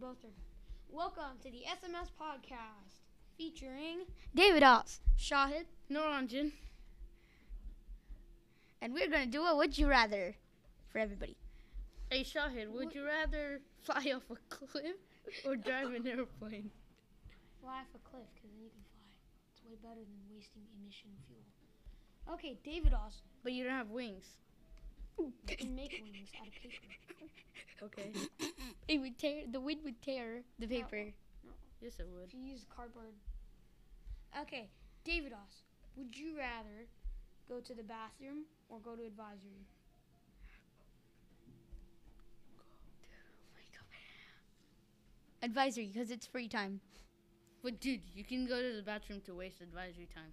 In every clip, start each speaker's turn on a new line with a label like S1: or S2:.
S1: both are. Welcome to the SMS podcast featuring David Oz, Shahid Noranjan, and we're gonna do a Would You Rather for everybody.
S2: Hey Shahid, would
S1: What-
S2: you rather fly off a cliff or drive an airplane?
S1: Fly off a cliff, cause then you can fly. It's way better than wasting emission fuel. Okay, David Oz,
S2: But you don't have wings.
S1: you can make wings out of paper.
S2: Okay.
S3: It would tear. The wind would tear the paper.
S2: yes, I would.
S1: If you use cardboard. Okay, David Oz, would you rather go to the bathroom or go to advisory?
S3: Advisory, because it's free time.
S2: But dude, you can go to the bathroom to waste advisory time.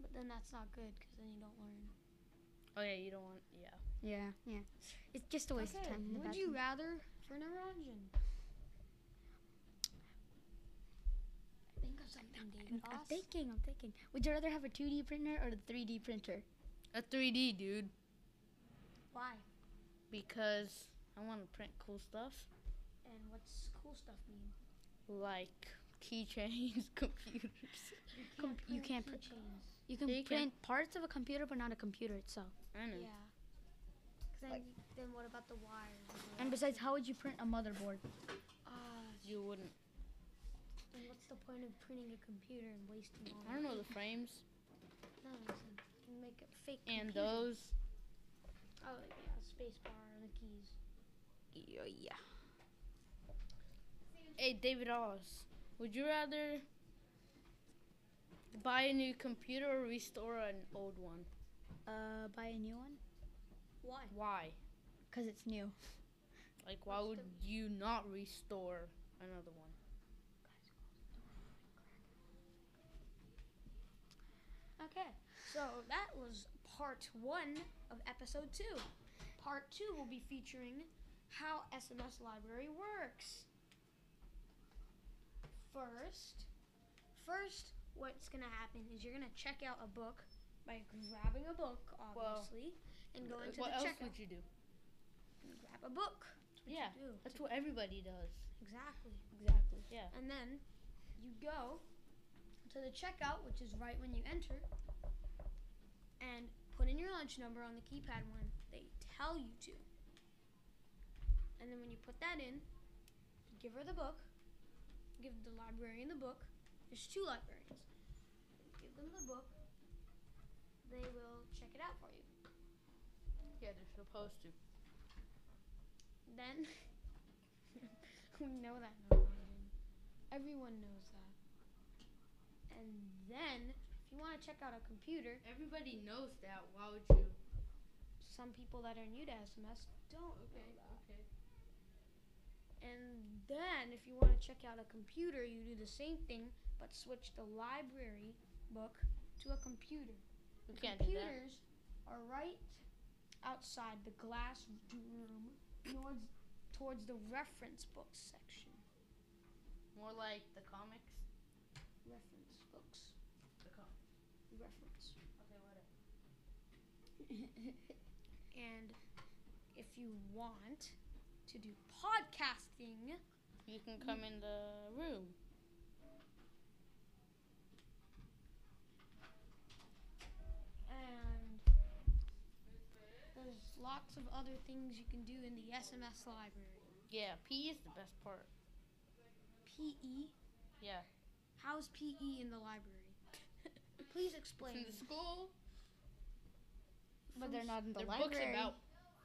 S1: But then that's not good because then you don't learn.
S2: Oh yeah, you don't want. Yeah.
S3: Yeah, yeah. It's just a waste of time. In the
S1: would you rather for Naranjan? Think of something, David.
S3: I'm
S1: Oz.
S3: thinking. I'm thinking. Would you rather have a 2D printer or a 3D printer?
S2: A 3D dude,
S1: Why?
S2: because I want to print cool stuff
S1: And what's cool stuff mean?
S2: like keychains, computers.
S1: You
S3: Com- you can't print-
S1: keychains.
S3: You can
S2: Yeah, you can.
S3: print parts of a computer, but not a computer itself.
S2: I know.
S1: Yeah. 'Cause Then, you- then what about the wires?
S3: And besides, how would you print a motherboard?
S1: Ah,
S2: You wouldn't.
S1: then what's the point of printing a computer and wasting all?
S2: I don't know the frames
S1: No, that makes sense. You can make a fake.
S2: and
S1: computer.
S2: those.
S1: Oh yeah, space bar and the keys.
S3: Yeah. yeah.
S2: Hey, David Oz, would you rather buy a new computer or restore an old one?
S3: Uh, buy a new one
S1: Why?
S2: Why?
S3: because it's new.
S2: Like, why would
S1: What's
S2: you not restore another one?
S1: Okay, so that was part one of episode two. Part two will be featuring how SMS library works. First, first, what's gonna happen is you're gonna check out a book by grabbing a book, obviously, and going to
S2: uh, what
S1: the
S2: else
S1: checkout.
S2: would you do?
S1: and grab a book. That's what
S2: Yeah,
S1: you do.
S2: That's what everybody does.
S1: Exactly.
S2: Exactly. Yeah.
S1: And then you go to the checkout, which is right when you enter, and put in your lunch number on the keypad when they tell you to. And then when you put that in, you give her the book, give the librarian the book. There's two librarians. Give them the book. They will check it out for you.
S2: Yeah, they're supposed to.
S1: Then we know that now. Ryan. Everyone knows that. And then if you want to check out a computer,
S2: Everybody knows that. Why would you?
S1: some people that are new to SMS don't know that.
S2: Okay.
S1: And then if you want to check out a computer, you do the same thing but switch the library book to a computer.
S2: We
S1: The
S2: can't do that.
S1: computers are right outside the glass room towards towards the reference books section.
S2: More like the comics.
S1: Reference books.
S2: The com-
S1: reference.
S2: okay, whatever.
S1: And if you want to do podcasting,
S2: You can come in the room.
S1: and there's lots of other things you can do in the SMS library.
S2: Yeah, P is the best part.
S1: PE?
S2: Yeah.
S1: E, How's PE in the library? Please
S2: It's
S1: explain.
S2: in the school.
S3: But they're not in the
S2: Their
S3: library.
S2: books about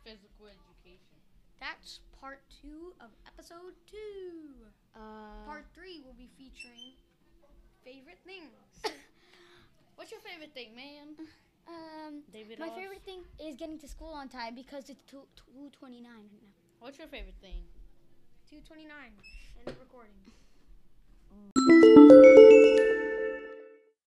S2: physical education.
S1: That's part two of episode two.
S3: Uh,
S1: Part three will be featuring favorite things.
S2: What's your favorite thing, man?
S3: um,
S2: David.
S3: my
S2: Oz.
S3: favorite thing is getting to school on time because it's two two twenty nine right now.
S2: What's your favorite thing?
S1: 229. End of recording.